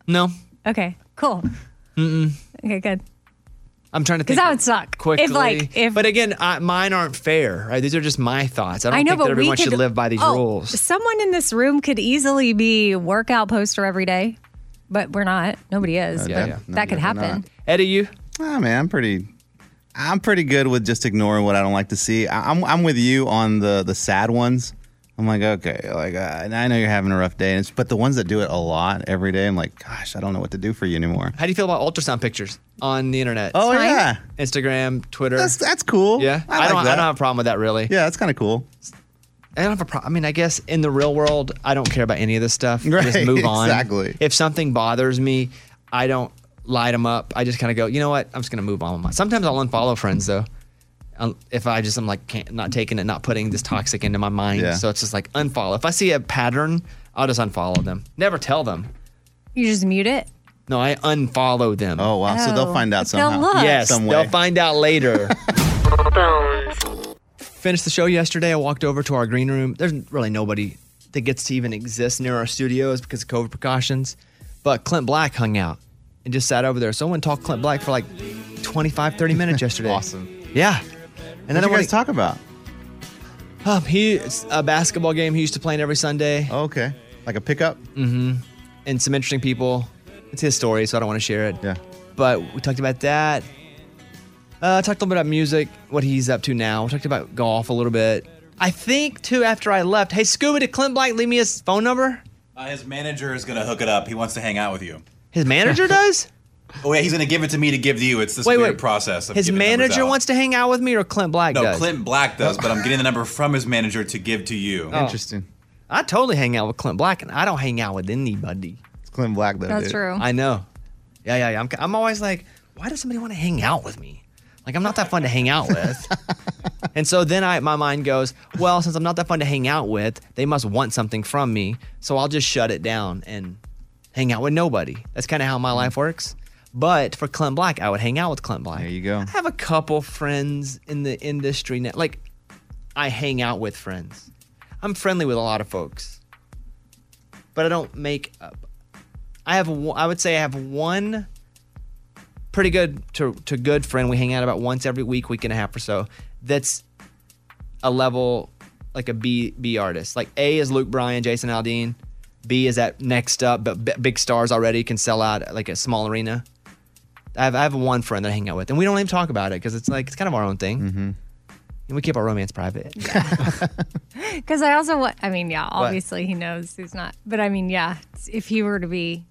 No. Okay. Cool. Mm-mm. Okay. Good. I'm trying to Because think. that would suck. Quickly, If like if but again, I, mine aren't fair. Right? These are just my thoughts. I don't I know, think but that we everyone could, should live by these oh, rules. Someone in this room could easily be workout poster every day, but we're not. Nobody is. but that could happen. Eddie, you? Ah, man, I'm pretty. I'm pretty good with just ignoring what I don't like to see. I, I'm I'm with you on the the sad ones. I'm like, okay, like uh, and I know you're having a rough day, and it's, but the ones that do it a lot every day, I'm like, gosh, I don't know what to do for you anymore. How do you feel about ultrasound pictures on the internet? Oh, Fine. yeah. Instagram, Twitter. That's that's cool. Yeah, I like don't. I that. don't have a problem with that really. Yeah, that's kind of cool. I don't have a problem. I mean, I guess in the real world, I don't care about any of this stuff. I Right, Just move on. exactly. If something bothers me, I don't light them up. I just kind of go, you know what? I'm just gonna move on with mine. Sometimes I'll unfollow friends though. Um, If I just I'm like can't, not taking it, not putting this toxic into my mind, Yeah. so it's just like unfollow. If I see a pattern, I'll just unfollow them. Never tell them. You just mute it. No, I unfollow them. Oh wow. So they'll Oh, find out but they'll somehow. look. Yes, Some way. they'll find out later. Finished the show yesterday. I walked over to our green room. There's really nobody that gets to even exist near our studios because of COVID precautions. But Clint Black hung out and just sat over there. Someone talked Clint Black for like 25, 30 minutes yesterday. awesome. Yeah. And What'd you wanna- guys talk about? um, he it's a basketball game he used to play in every Sunday. Oh, okay, like a pickup. Mm-hmm. And some interesting people. It's his story, so I don't want to share it. Yeah. But we talked about that. Uh, talked a little bit about music, what he's up to now. We talked about golf a little bit. I think too. After I left, hey Scuba, did Clint Black leave me his phone number? Uh, his manager is gonna hook it up. He wants to hang out with you. His manager does. Oh yeah, he's gonna give it to me to give to you. It's this Wait, weird wait. process. Of His giving numbers manager out. wants to hang out with me, or Clint Black No, does. Clint Black does, but I'm getting the number from his manager to give to you. Oh. Interesting. I totally hang out with Clint Black, and I don't hang out with anybody. It's Clint Black though. That's dude. true. I know. Yeah, yeah, yeah. I'm, I'm always like, why does somebody want to hang out with me? Like I'm not that fun to hang out with. and so then I, my mind goes, well, since I'm not that fun to hang out with, they must want something from me. So I'll just shut it down and hang out with nobody. That's kind of how my life works. But for Clint Black, I would hang out with Clint Black. There you go. I have a couple friends in the industry now. Like I hang out with friends. I'm friendly with a lot of folks, but I don't make up. I have, one- I would say, I have one pretty good to, to good friend. We hang out about once every week, week and a half or so. That's a level like a B B artist. Like A is Luke Bryan, Jason Aldean. B is that next up, but b- big stars already can sell out at, like a small arena. I have I have one friend that I hang out with, and we don't even talk about it because it's like it's kind of our own thing, and we keep our romance private. Because I also, wa- I mean, yeah, What? obviously he knows he's not. But I mean, yeah, if he were to be,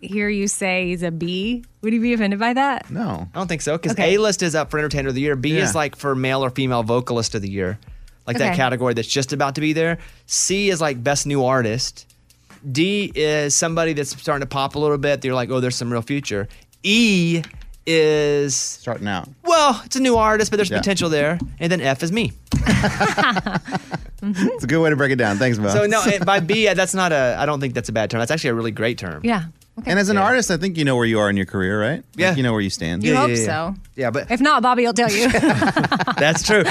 hear you say he's a B, would he be offended by that? No, I don't think so. Because Okay. A list is up for entertainer of the year. B Yeah. is like for male or female vocalist of the year, like that Okay. category that's just about to be there. C is like best new artist. D is somebody that's starting to pop a little bit. You're like, oh, there's some real future. E is starting out. Well, it's a new artist, but there's Yeah. potential there. And then F is me. It's a good way to break it down. Thanks, Mo. So no, it- by B, that's not a. I don't think that's a bad term. That's actually a really great term. Yeah. And as an artist, I think you know where you are in your career, right? Yeah. you know where you stand. You hope so. Yeah, but If not, Bobby will tell you. That's true.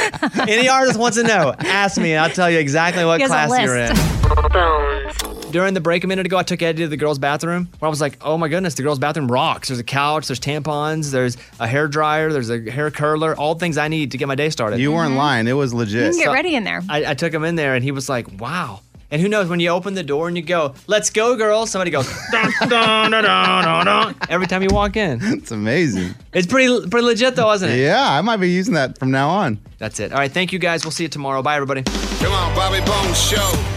Any artist wants to know, ask me, and I'll tell you exactly what He has a class you're in. During the break a minute ago, I took Eddie to the girls' bathroom where I was like, oh my goodness, the girls' bathroom rocks. There's a couch, there's tampons, there's a hair dryer, there's a hair curler, all things I need to get my day started. You weren't lying. It was you legit. can get ready in there. I, I took him in there and he was like, wow. And who knows, when you open the door and you go, let's go, girls, somebody goes, dun, dun, dun, dun, dun, dun, every time you walk in. It's amazing. It's pretty pretty legit though, isn't it? Yeah, I might be using that from now on. That's it. All right, thank you guys. We'll see you tomorrow. Bye, everybody. Come on, Bobby Bones Show.